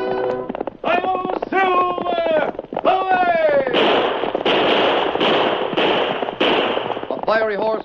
Hello, Silver! Away! A fiery horse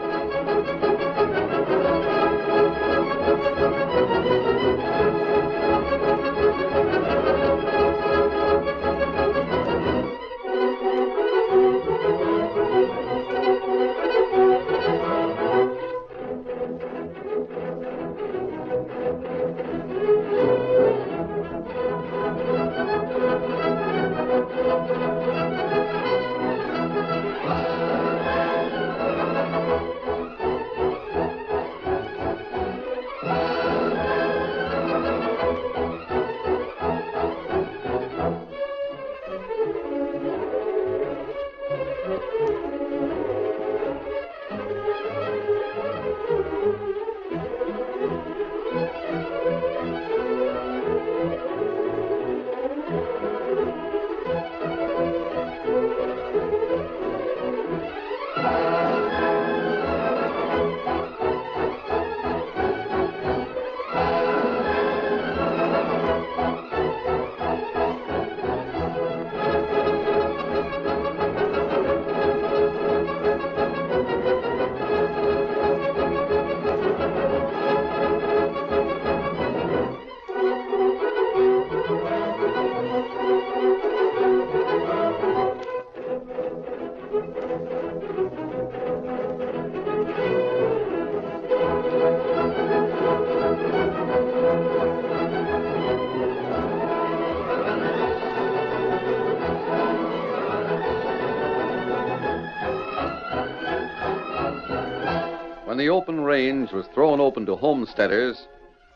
When the open range was thrown open to homesteaders,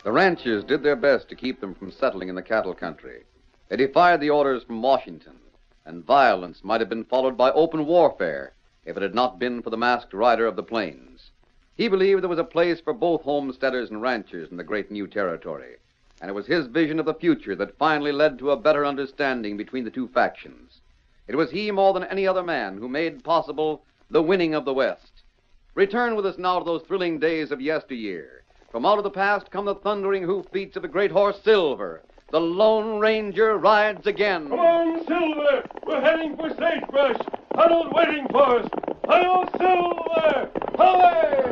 the ranchers did their best to keep them from settling in the cattle country. They defied the orders from Washington, and violence might have been followed by open warfare if it had not been for the masked rider of the plains. He believed there was a place for both homesteaders and ranchers in the great new territory, and it was his vision of the future that finally led to a better understanding between the two factions. It was he more than any other man who made possible the winning of the West. Return with us now to those thrilling days of yesteryear. From out of the past come the thundering hoof beats of the great horse Silver. The Lone Ranger rides again. Come on, Silver! We're heading for sagebrush. Huddled waiting for us. Hello, Silver! Away!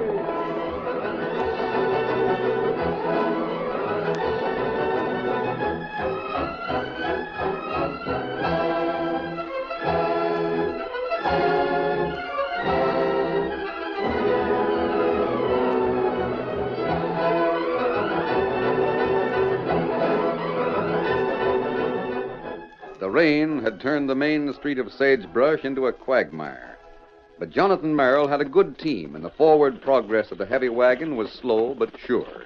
The rain had turned the main street of Sagebrush into a quagmire. But Jonathan Merrill had a good team, and the forward progress of the heavy wagon was slow but sure.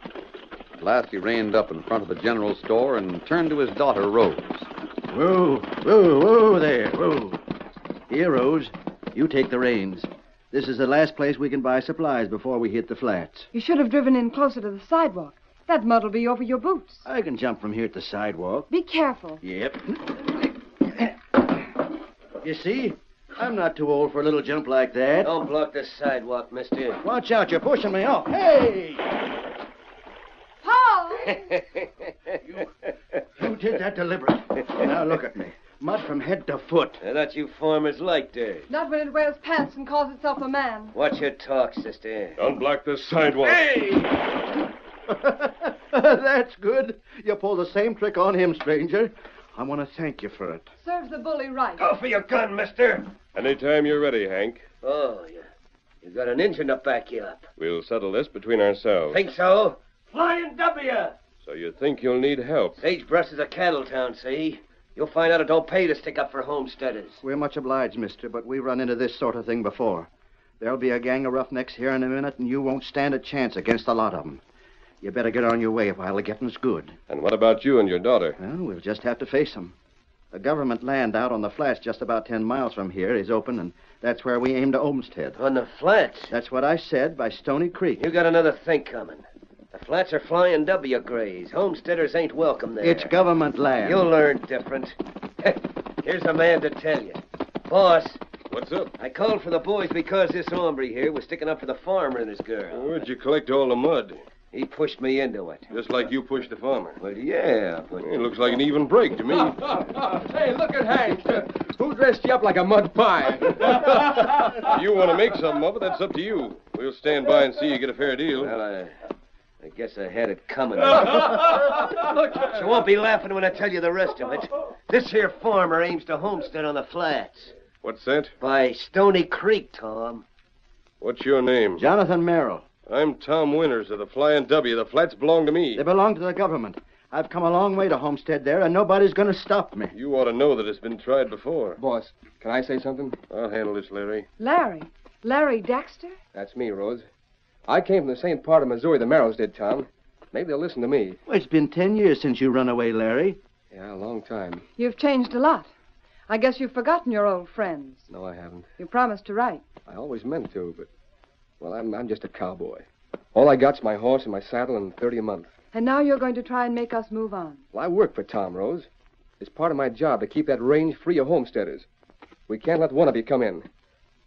At last he reined up in front of the general store and turned to his daughter, Rose. Whoa, whoa, whoa there, whoa. Here, Rose, you take the reins. This is the last place we can buy supplies before we hit the flats. You should have driven in closer to the sidewalk. That mud'll be over your boots. Uh, I can jump from here at the sidewalk. Be careful. Yep. You see? I'm not too old for a little jump like that. Don't block the sidewalk, mister. Watch out, you're pushing me off. Hey! Paul! You did that deliberate. Now look at me. Mud from head to foot. I thought you farmers liked her. Not when it wears pants and calls itself a man. Watch your talk, sister. Don't block the sidewalk. That's good. You pulled the same trick on him, stranger. I want to thank you for it. Serves the bully right. Go for your gun, mister. Anytime you're ready, Hank. Oh, you, you got an engine to back you up. We'll settle this between ourselves. Think so? Flying W. So you think you'll need help. Sagebrush is a cattle town, see? You'll find out it don't pay to stick up for homesteaders. We're much obliged, mister, but we've run into this sort of thing before. There'll be a gang of roughnecks here in a minute, and you won't stand a chance against the lot of 'em. You better get on your way while the getting's good. And what about you and your daughter? Well, we'll just have to face 'em. The government land out on the flats just about 10 miles from here is open, and that's where we aim to Olmsted. On the flats. That's what I said by Stony Creek. You got another thing coming. The flats are flying W grades. Homesteaders ain't welcome there. It's government land. You'll learn different. Here's a man to tell you. Boss, What's up? I called for the boys because this hombre here was sticking up for the farmer and his girl. Where'd you collect all the mud? He pushed me into it. Just like you pushed the farmer. Well, yeah, but It looks like an even break to me. Oh, Hey, look at Hank. Who dressed you up like a mud pie? you want to make something of it, that's up to you. We'll stand by and see you get a fair deal. well, I, I guess I had it coming. Look, you won't be laughing when I tell you the rest of it. This here farmer aims to homestead on the flats What's that? by Stony Creek, Tom. What's your name? Jonathan Merrill. I'm Tom Winters of the Flying W. The flats belong to me. They belong to the government. I've come a long way to Homestead there, and nobody's going to stop me. You ought to know that it's been tried before. Boss, can I say something? I'll handle this, Larry. Larry. Larry Dexter? That's me, Rose. I came from the same part of Missouri the Merrills did, Tom. Maybe they'll listen to me. Well, it's been 10 years since you run away, Larry. Yeah, a long time. You've changed a lot. I guess you've forgotten your old friends. No, I haven't. You promised to write. I always meant to, but well, I'm I'm just a cowboy. All I got's my horse and my saddle and thirty a month. And now you're going to try and make us move on. Well, I work for Tom Rose. It's part of my job to keep that range free of homesteaders. We can't let one of you come in.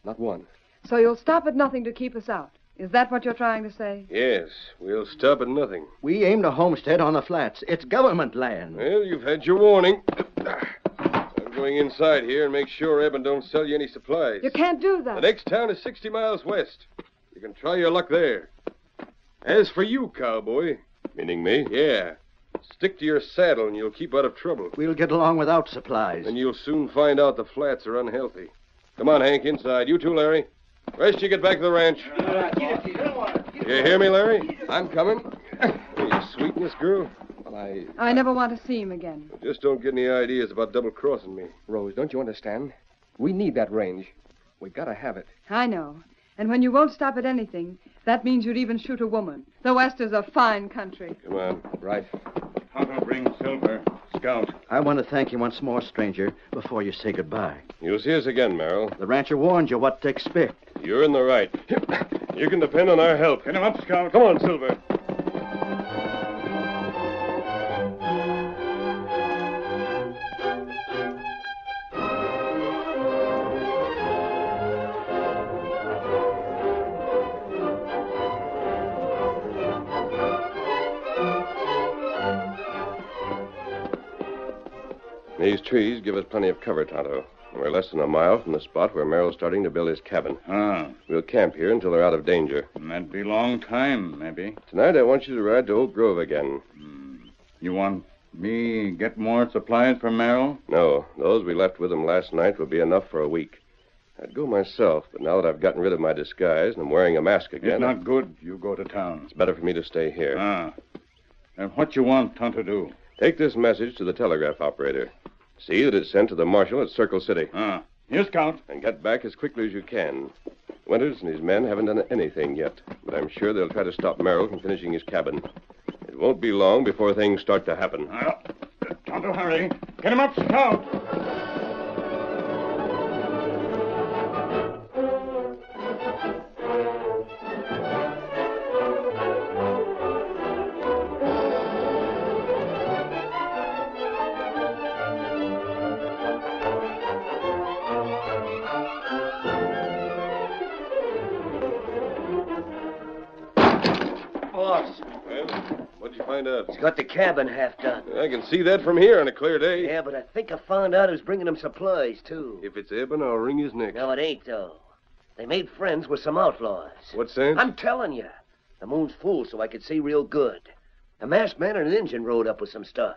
Not one. So you'll stop at nothing to keep us out. Is that what you're trying to say? Yes, we'll stop at nothing. We aim to Homestead on the flats. It's government Eh? land. Well, you've had your warning. I'm going inside here and make sure Eben don't sell you any supplies. You can't do The that. next town is 60 miles west. You can try your luck there. As for you, cowboy. Meaning me? Yeah. Stick to your saddle and you'll keep out of trouble. We'll get along without supplies. And you'll soon find out the flats are unhealthy. Come on, Hank, inside. You too, Larry. Rest you get back to the ranch. You hear me, Larry? I'm coming. Hey, you sweeting this girl? Well, I I never want to see him again. Just don't get any ideas about double crossing me. Rose, don't you understand? We need that range. We gotta have it. I know. And when you won't stop at anything, that means you'd even shoot a woman. The West is a fine country. Come on. Right. I want to thank you once more, stranger, before you say goodbye. You'll see us again, Merrill. The rancher warned you what to expect. You're in the right. You can depend on our help. Hit him up, Scout. Come on, Silver. These trees give us plenty of cover, Tonto. We're less than a mile from the spot where Merrill's starting to build his cabin. Ah, We'll camp here until they're out of danger. that'd be long time, maybe. Tonight, I want you to ride to Oak Grove again. You want me get more supplies for Merrill? No, those we left with him last night will be enough for a week. I'd go myself, but now that I've gotten rid of my disguise and I'm wearing a mask again, It's not good. You go to town. it's better for me to stay here. Ah. And what you want Tonto to do? Take this message to the telegraph operator. See that it's sent to the marshal at Circle City, Ah. Here, Scout. and get back as quickly as you can. Winters and his men haven't done anything yet, but I'm sure they'll try to stop Merrill from finishing his cabin. It won't be long before things start to happen. Ah, Tonto, hurry. Get him up, Scout. Boss, Well, what'd you find out? he's got the cabin half done. I can see that from here on a clear day. Yeah, but I think I found out who's bringing him supplies, too. If it's Eben, I'll wring his neck. No, it ain't, though. They made friends with some outlaws. What's that? I'm telling you. The moon's full, so I could see real good. A masked man and an engine rode up with some stuff.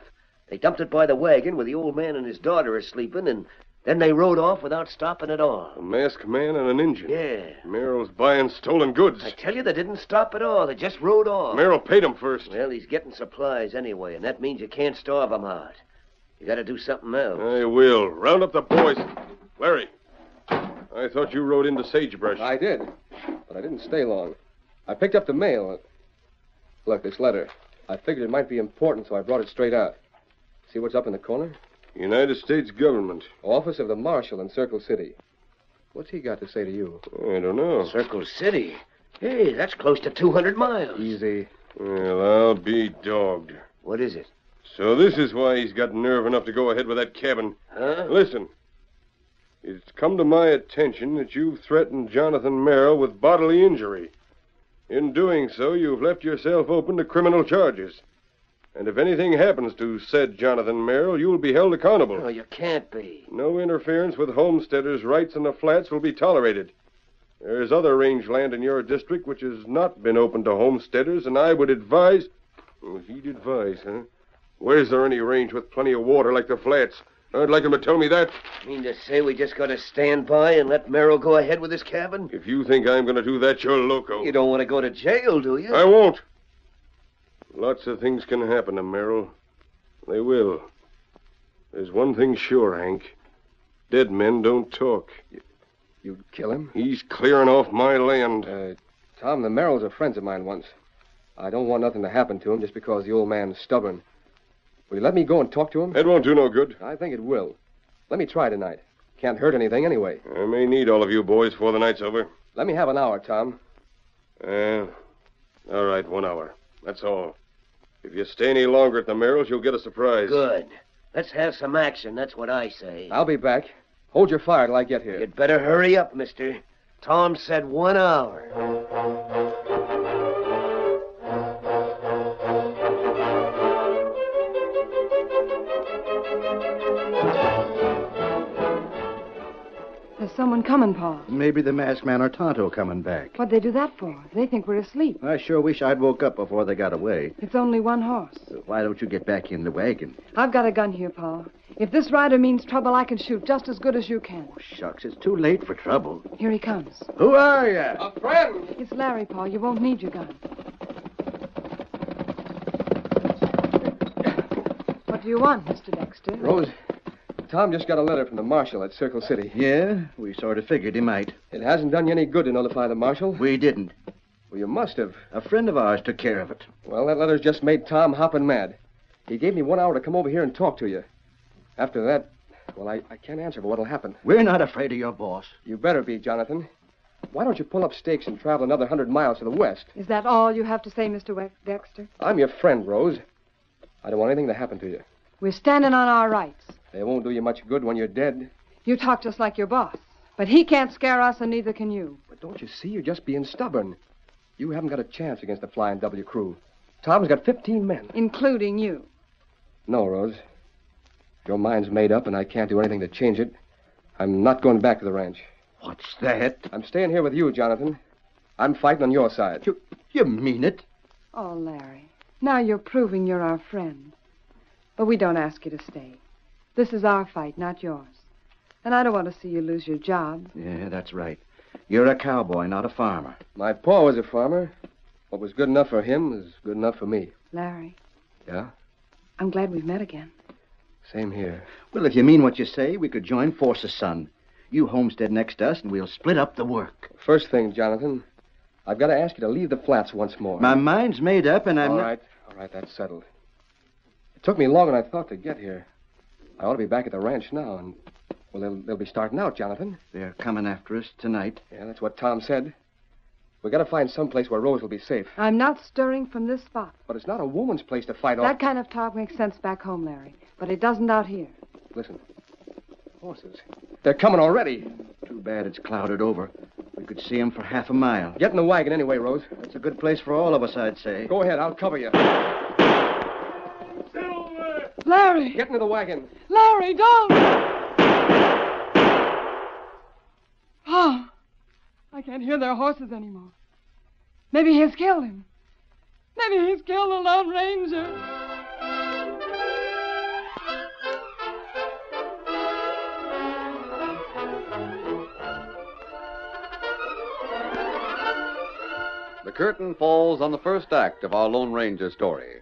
They dumped it by the wagon where the old man and his daughter are sleeping, and then they rode off without stopping at A all. masked man and an engine. Yeah. Merrill's buying stolen goods. I tell you, they didn't stop at all. They just rode off. Merrill paid him first. Well, he's getting supplies anyway, and that means you can't starve him out. You gotta do something else. I will. Round up the boys. Larry, I thought you rode into sagebrush. I did, but I didn't stay long. I picked up the mail. Look, this letter. I figured it might be important, so I brought it straight out. See what's up in the corner? United States government. Office of the Marshal in Circle City. What's he got to say to you? I don't know. Circle City? Hey, that's close to 200 miles. Easy. Well, I'll be dogged. What is it? So this is why he's got nerve enough to go ahead with that cabin. Huh? Listen. It's come to my attention that you've threatened Jonathan Merrill with bodily injury. In doing so, you've left yourself open to criminal charges. And if anything happens to said Jonathan Merrill, you'll be held accountable. Oh, you can't be. No interference with homesteaders' rights in the flats will be tolerated. There is other rangeland in your district which has not been open to homesteaders, and I would advise. Oh, he'd advise, huh? Where's there any range with plenty of water like the flats? I'd like him to tell me that. Mean to say we just gotta stand by and let Merrill go ahead with his cabin? If you think I'm going to do that, you're loco. You don't want to go to jail, do you? I won't. Lots of things can happen to Merrill. They will. There's one thing sure, Hank. Dead men don't talk. You'd kill him? He's clearing off my land. Uh, Tom, the Merrills are friends of mine once. I don't want nothing to happen to him just because the old man's stubborn. Will you let me go and talk to him? That won't do no good. I think it will. Let me try tonight. Can't hurt anything anyway. I may need all of you boys before the night's over. Let me have an hour, Tom. Uh, all right, one hour. That's all. If you stay any longer at the Merrills, you'll get a surprise. Good. Let's have some action. That's what I say. I'll be back. Hold your fire till I get here. You'd better hurry up, mister. Tom said one hour. There's someone coming, Paul. Maybe the masked man or Tonto coming back. What'd they do that for? They think we're asleep. I sure wish I'd woke up before they got away. It's only one horse. Why don't you get back in the wagon? I've got a gun here, Paul. If this rider means trouble, I can shoot just as good as you can. Shucks, it's too late for trouble. Here he comes. Who are you? A friend! It's Larry, Paul. You won't need your gun. What do you want, Mr. Dexter? Rose, Tom just got a letter from the marshal at Circle City. Yeah, we sort of figured he might. It hasn't done you any good to notify the marshal. We didn't. Well, you must have. A friend of ours took care of it. Well, that letter's just made Tom hopping mad. He gave me one hour to come over here and talk to you. After that, well, I, I can't answer for what'll happen. We're not afraid of your boss. You better be, Jonathan. Why don't you pull up stakes and travel another hundred miles to the west? Is that all you have to say, Mr. Wex- Dexter? I'm your friend, Rose. I don't want anything to happen to you. We're standing on our rights. They won't do you much good when you're dead. You talk just like your boss. But he can't scare us, and neither can you. But don't you see? You're just being stubborn. You haven't got a chance against the Flying W crew. Tom's got 15 men. Including you. No, Rose. Your mind's made up, and I can't do anything to change it. I'm not going back to the ranch. What's that? I'm staying here with you, Jonathan. I'm fighting on your side. You, you mean it? Oh, Larry. Now you're proving you're our friend. But we don't ask you to stay. This is our fight, not yours. And I don't want to see you lose your job. Yeah, that's right. You're a cowboy, not a farmer. My pa was a farmer. What was good enough for him is good enough for me. Larry. Yeah? I'm glad we've met again. Same here. Well, if you mean what you say, we could join forces, son. You homestead next to us, and we'll split up the work. First thing, Jonathan, I've got to ask you to leave the flats once more. My mind's made up, and I'm All not- right, all right, that's settled. It took me longer than I thought to get here. I ought to be back at the ranch now, and well, they'll, they'll be starting out, Jonathan. They're coming after us tonight. Yeah, that's what Tom said. We got to find some place where Rose will be safe. I'm not stirring from this spot. But it's not a woman's place to fight off. That kind of talk makes sense back home, Larry. But it doesn't out here. Listen, horses. They're coming already. Too bad it's clouded over. We could see 'em for half a mile. Get in the wagon anyway, Rose. That's a good place for all of us, I'd say. Go ahead, I'll cover you. Silver! Larry! Get into the wagon. Larry, don't! Oh, I can't hear their horses anymore. Maybe he's killed him. Maybe he's killed the Lone Ranger. The curtain falls on the first act of our Lone Ranger story.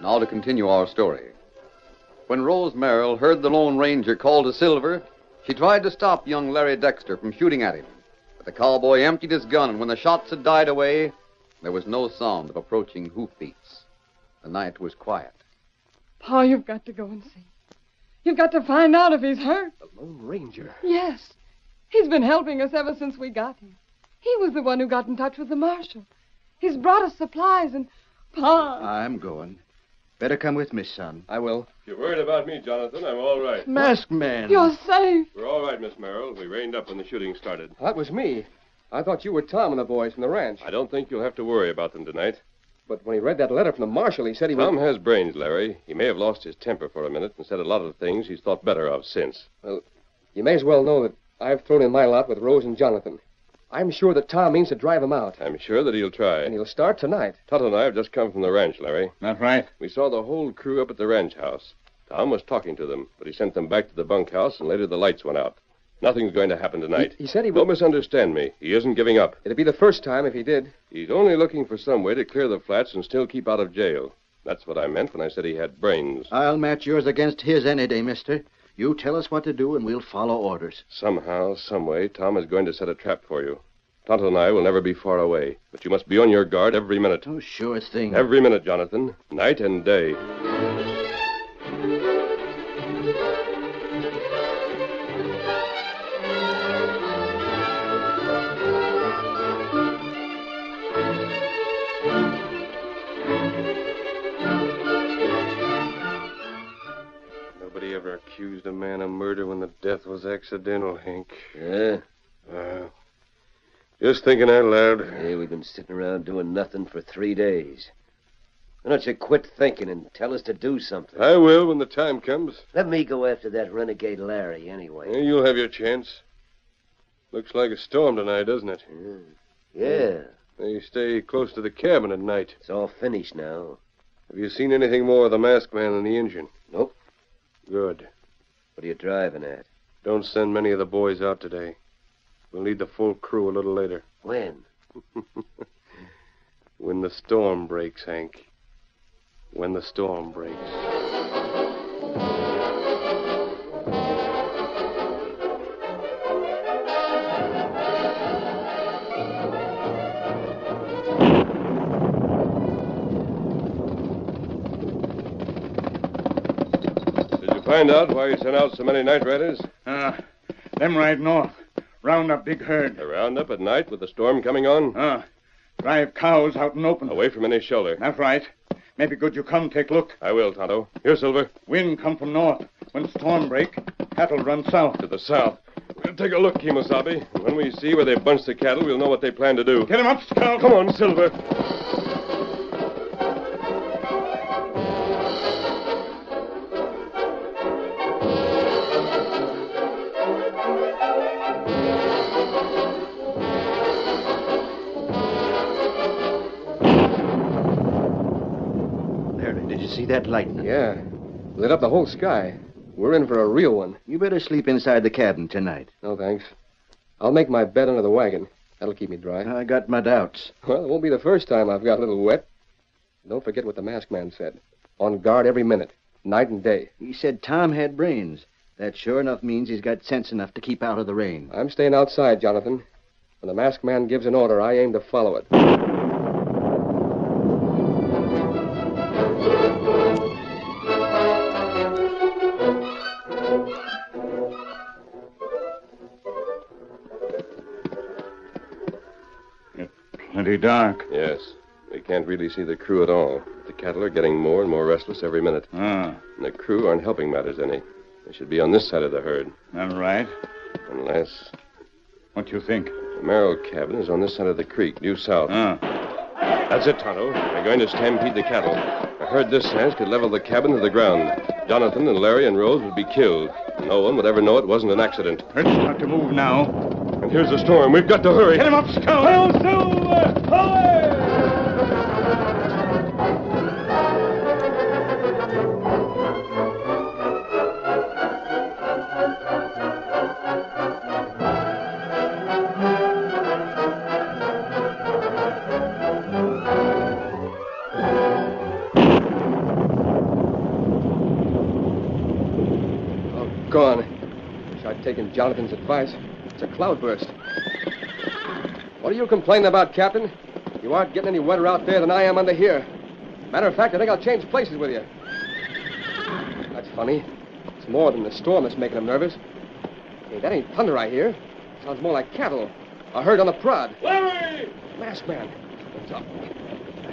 Now to continue our story. When Rose Merrill heard the Lone Ranger call to Silver, she tried to stop young Larry Dexter from shooting at him. But the cowboy emptied his gun, and when the shots had died away, there was no sound of approaching hoofbeats. The night was quiet. Pa, you've got to go and see. You've got to find out if he's hurt. The Lone Ranger. Yes. He's been helping us ever since we got here. He was the one who got in touch with the marshal. He's brought us supplies and Pa. I'm going. Better come with me, son. I will. You're worried about me, Jonathan. I'm all right. Masked man. You're safe. We're all right, Miss Merrill. We reined up when the shooting started. That was me. I thought you were Tom and the boys from the ranch. I don't think you'll have to worry about them tonight. But when he read that letter from the marshal, he said he Tom was. has brains, Larry. He may have lost his temper for a minute and said a lot of things he's thought better of since. You may as well know that I've thrown in my lot with Rose and Jonathan. I'm sure that Tom means to drive him out, I'm sure that he'll and try. he'll start tonight. Todd and I have just come from the ranch, Larry. That's right. We saw the whole crew up at the ranch house. Tom was talking to them, but he sent them back to the bunkhouse, and later the lights went out. Nothing's going to happen tonight. He said he Don't would. misunderstand me. He isn't giving up. It'd be the first time if he did. He's only looking for some way to clear the flats and still keep out of jail. That's what I meant when I said he had brains. I'll match yours against his any day, mister. You tell us what to do, and we'll follow orders. Somehow, some way, Tom is going to set a trap for you. Tonto and I will never be far away, but you must be on your guard every minute. Oh, sure thing. Every minute, Jonathan. Night and day. Nobody ever accused a man of murder when the death was accidental, Hank. Yeah, Uh, just thinking out loud. hey, we've been sitting around doing nothing for three days. Why don't you quit thinking and tell us to do something? I will when the time comes. Let me go after that renegade Larry anyway. Yeah, you'll have your chance. Looks like a storm tonight, doesn't it? Yeah, They stay close to the cabin at night. it's all finished now. Have you seen anything more of the masked man and the engine? Nope. Good. What are you driving at? Don't send many of the boys out today. We'll need the full crew a little later. When? When the storm breaks, Hank. When the storm breaks. Did you Find out why you sent out so many night riders? Uh, them ride north. Round up big herd. A roundup at night with the storm coming on? Uh, drive cows out and open. Away from any shelter. That's right. Maybe good you come take look. I will, Tonto. Here, Silver. Wind come from north. When storm break, cattle run south. To the south. We'll take a look, Kimosabe. When we see where they bunch the cattle, we'll know what they plan to do. Get 'em up, scout. Come on, Silver. Larry, did you see that lightning? Yeah. Lit up the whole sky. We're in for a real one. You better sleep inside the cabin tonight. No, thanks. I'll make my bed under the wagon. That'll keep me dry. I got my doubts. Well, it won't be the first time I've got a little wet. Don't forget what the masked man said. On guard every minute, night and day. He said Tom had brains. That sure enough means he's got sense enough to keep out of the rain. I'm staying outside, Jonathan. When the masked man gives an order, I aim to follow it. Plenty dark. Yes. We can't really see the crew at all. The cattle are getting more and more restless every minute, Ah, and the crew aren't helping matters any. They should be on this side of the herd, that's right. unless What you think? the Merrill cabin is on this side of the creek, due south. Ah, That's it, Tonto. They're going to stampede the cattle. A herd this size could level the cabin to the ground. Jonathan and Larry and Rose would be killed. No one would ever know it wasn't an accident. herd start to move now. And here's the storm. We've got to hurry. Get 'em up, scout. Hail Silver! Hooray! Gone. Oh, Wish I'd taken Jonathan's advice. It's a cloudburst. What are you complaining about, Captain? You aren't getting any wetter out there than I am under here. Matter of fact, I think I'll change places with you. That's funny. It's more than the storm that's making him nervous. Hey, that ain't thunder I hear. Sounds more like cattle. A herd on the prod. Larry! Last man. It's up.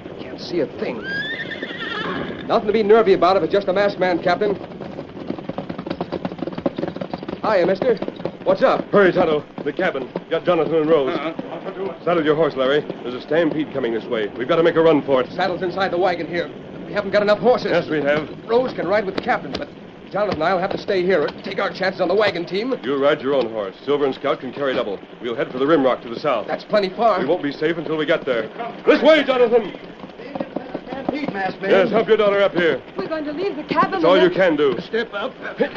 I can't see a thing. Nothing to be nervy about if it's just a masked man, Captain. Hiya, mister. What's up? Hurry, Tonto. The cabin. Got Jonathan and Rose. Uh-uh. Saddle your horse, Larry. There's a stampede coming this way. We've got to make a run for it. Saddle's inside the wagon here. We haven't got enough horses. Yes, we have. Rose can ride with the captain, but Jonathan and I'll have to stay here and take our chances on the wagon team. You ride your own horse. Silver and Scout can carry double. We'll head for the rim rock to the south. That's plenty far. We won't be safe until we get there. This way, Jonathan! Stampede, masked man. Yes, help your daughter up here. We're going to leave the cabin. That's all you can do. Step up.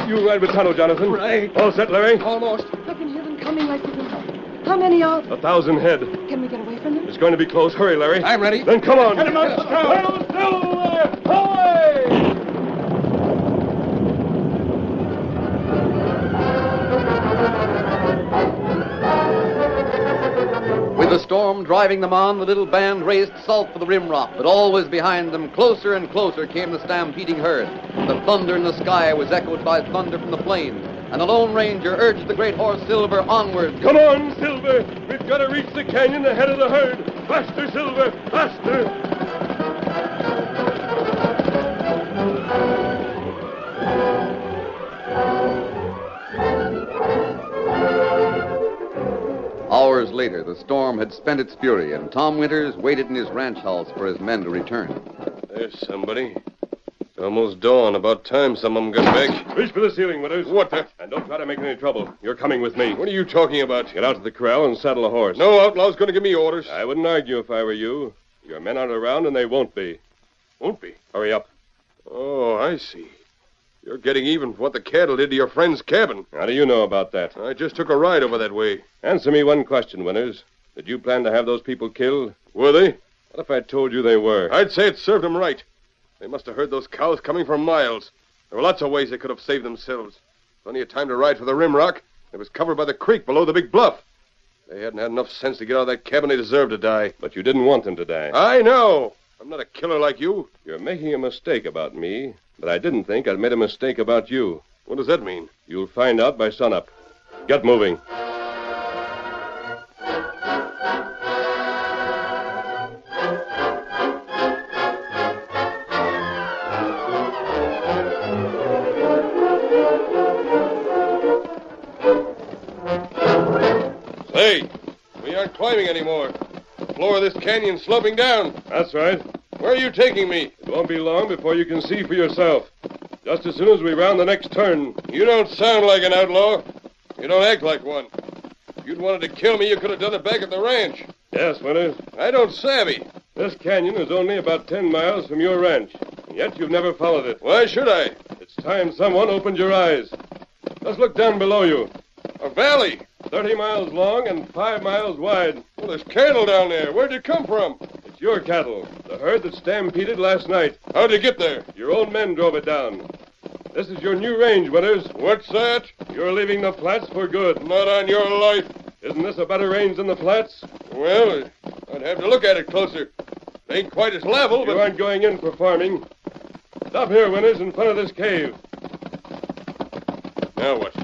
You ride with Tonto, Jonathan. Right. All set, Larry? Almost. I can hear them coming like the wind. How many are there? A thousand head. Can we get away from them? It's going to be close. Hurry, Larry. I'm ready. Then come on. Get him out of the town! Silver! Away! With the storm driving them on, the little band raced south for the rim rock, but always behind them, closer and closer came the stampeding herd. The thunder in the sky was echoed by thunder from the plains, and the Lone Ranger urged the great horse Silver onward. Come on, Silver. We've got to reach the canyon ahead of the herd. Faster, Silver. Faster. Hours later, the storm had spent its fury, and Tom Winters waited in his ranch house for his men to return. There's somebody. It's almost dawn. About time some of them got back. Reach for the ceiling, Winters. What the? And don't try to make any trouble. You're coming with me. What are you talking about? Get out to the corral and saddle a horse. No outlaw's going to give me orders. I wouldn't argue if I were you. Your men aren't around, and they won't be. Won't be? Hurry up. Oh, I see. You're getting even for what the cattle did to your friend's cabin. How do you know about that? I just took a ride over that way. Answer me one question, Winters. Did you plan to have those people killed? Were they? What if I told you they were? I'd say it served 'em right. They must have heard those cows coming for miles. There were lots of ways they could have saved themselves. Plenty of time to ride for the rim rock. It was covered by the creek below the big bluff. They hadn't had enough sense to get out of that cabin. They deserved to die. But you didn't want them to die. I know. I'm not a killer like you. You're making a mistake about me, but I didn't think I'd made a mistake about you. What does that mean? You'll find out by sunup. Get moving. Hey, we aren't climbing anymore. The floor of this canyon's sloping down. That's right. Where are you taking me? It won't be long before you can see for yourself. Just as soon as we round the next turn. You don't sound like an outlaw. You don't act like one. If you'd wanted to kill me, you could have done it back at the ranch. Yes, Winters. I don't savvy. This canyon is only about ten miles from your ranch, and yet you've never followed it. Why should I? It's time someone opened your eyes. Let's look down below you. A valley. Thirty miles long and five miles wide. Well, there's cattle down there. Where'd you come from? It's your cattle, the herd that stampeded last night. How'd you get there? Your own men drove it down. This is your new range, Winters. What's that? You're leaving the flats for good. Not on your life. Isn't this a better range than the flats? Well, I'd have to look at it closer. It ain't quite as level, You but aren't going in for farming. Stop here, Winters, in front of this cave. now what?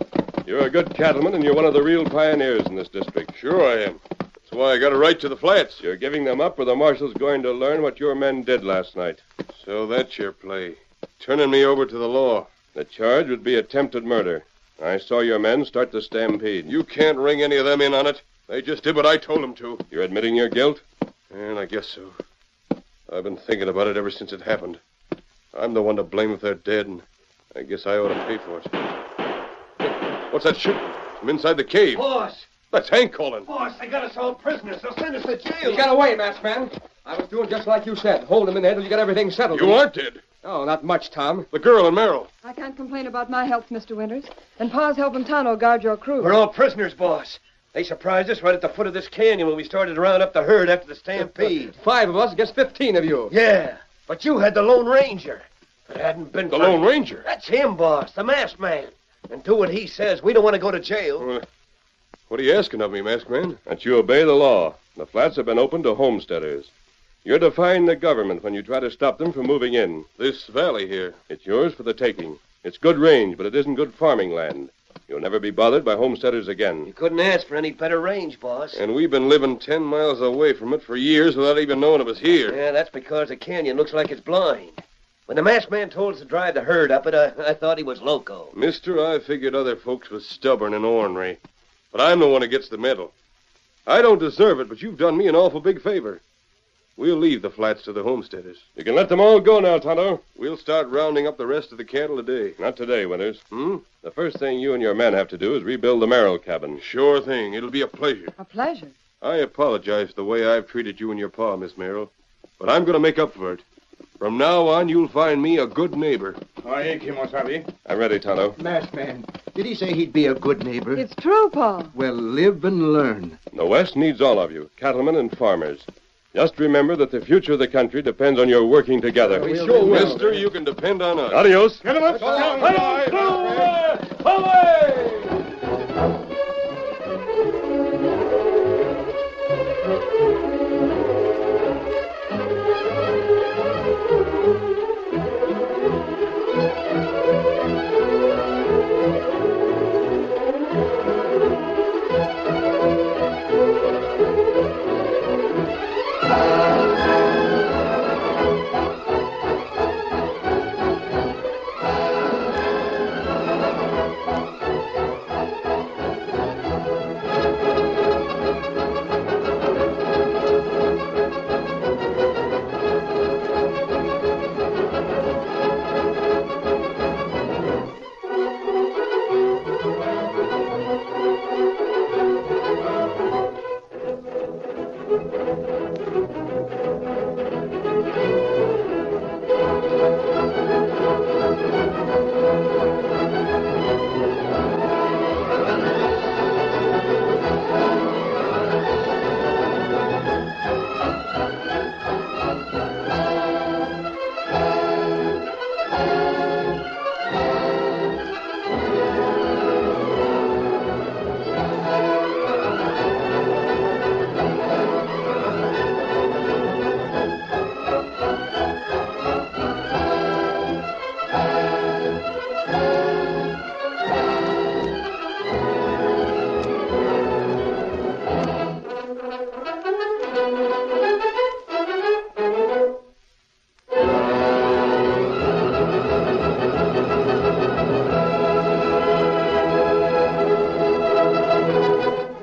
You're a good cattleman, and you're one of the real pioneers in this district. Sure I am. That's why I got a right to the flats. You're giving them up, or the marshal's going to learn what your men did last night. So that's your play. Turning me over to the law. The charge would be attempted murder. I saw your men start the stampede. You can't ring any of them in on it. They just did what I told 'em to. You're admitting your guilt? And I guess so. I've been thinking about it ever since it happened. I'm the one to blame if they're dead, and I guess I ought to pay for it. What's that shooting? I'm inside the cave. Boss! That's Hank calling. Boss, they got us all prisoners. They'll send us to You jail. got away, masked man. I was doing just like you said. Hold him in there till you got everything settled. You aren't dead. Oh, not much, Tom. The girl and Merrill. I can't complain about my health, Mr. Winters. And Pa's helping Tonto guard your crew. We're all prisoners, boss. They surprised us right at the foot of this canyon when we started to round up the herd after the stampede. Five of us against fifteen of you. yeah, but you had the Lone Ranger. If it hadn't been The for- Lone Ranger. That's him, boss, the masked man. and do what he says. We don't want to go to jail. Well, What are you asking of me, masked man? That you obey the law. The flats have been opened to homesteaders. You're defying the government when you try to stop them from moving in. This valley here. It's yours for the taking. It's good range, but it isn't good farming land. You'll never be bothered by homesteaders again. You couldn't ask for any better range, boss. And we've been living ten miles away from it for years without even knowing it was here. Yeah, that's because the canyon looks like it's blind. When the masked man told us to drive the herd up it, uh, I, I thought he was loco. Mister, I figured other folks was stubborn and ornery. But I'm the one who gets the medal. I don't deserve it, but you've done me an awful big favor. We'll leave the flats to the homesteaders. You can let them all go now, Tonto. We'll start rounding up the rest of the cattle today. Not today, Winters. Hmm? The first thing you and your men have to do is rebuild the Merrill cabin. Sure thing. It'll be a pleasure. A pleasure. I apologize for the way I've treated you and your pa, Miss Merrill. But I'm going to make up for it. From now on, you'll find me a good neighbor. Aye, Kimosabe. I'm ready, Tonto. Masked man, did he say he'd be a good neighbor? It's true, Paul. Well, live and learn. The West needs all of you, cattlemen and farmers. Just remember that the future of the country depends on your working together. We sure will. Mister, you can depend on us. Adios. Get him up. Hello, Silver! Away!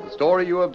The story you have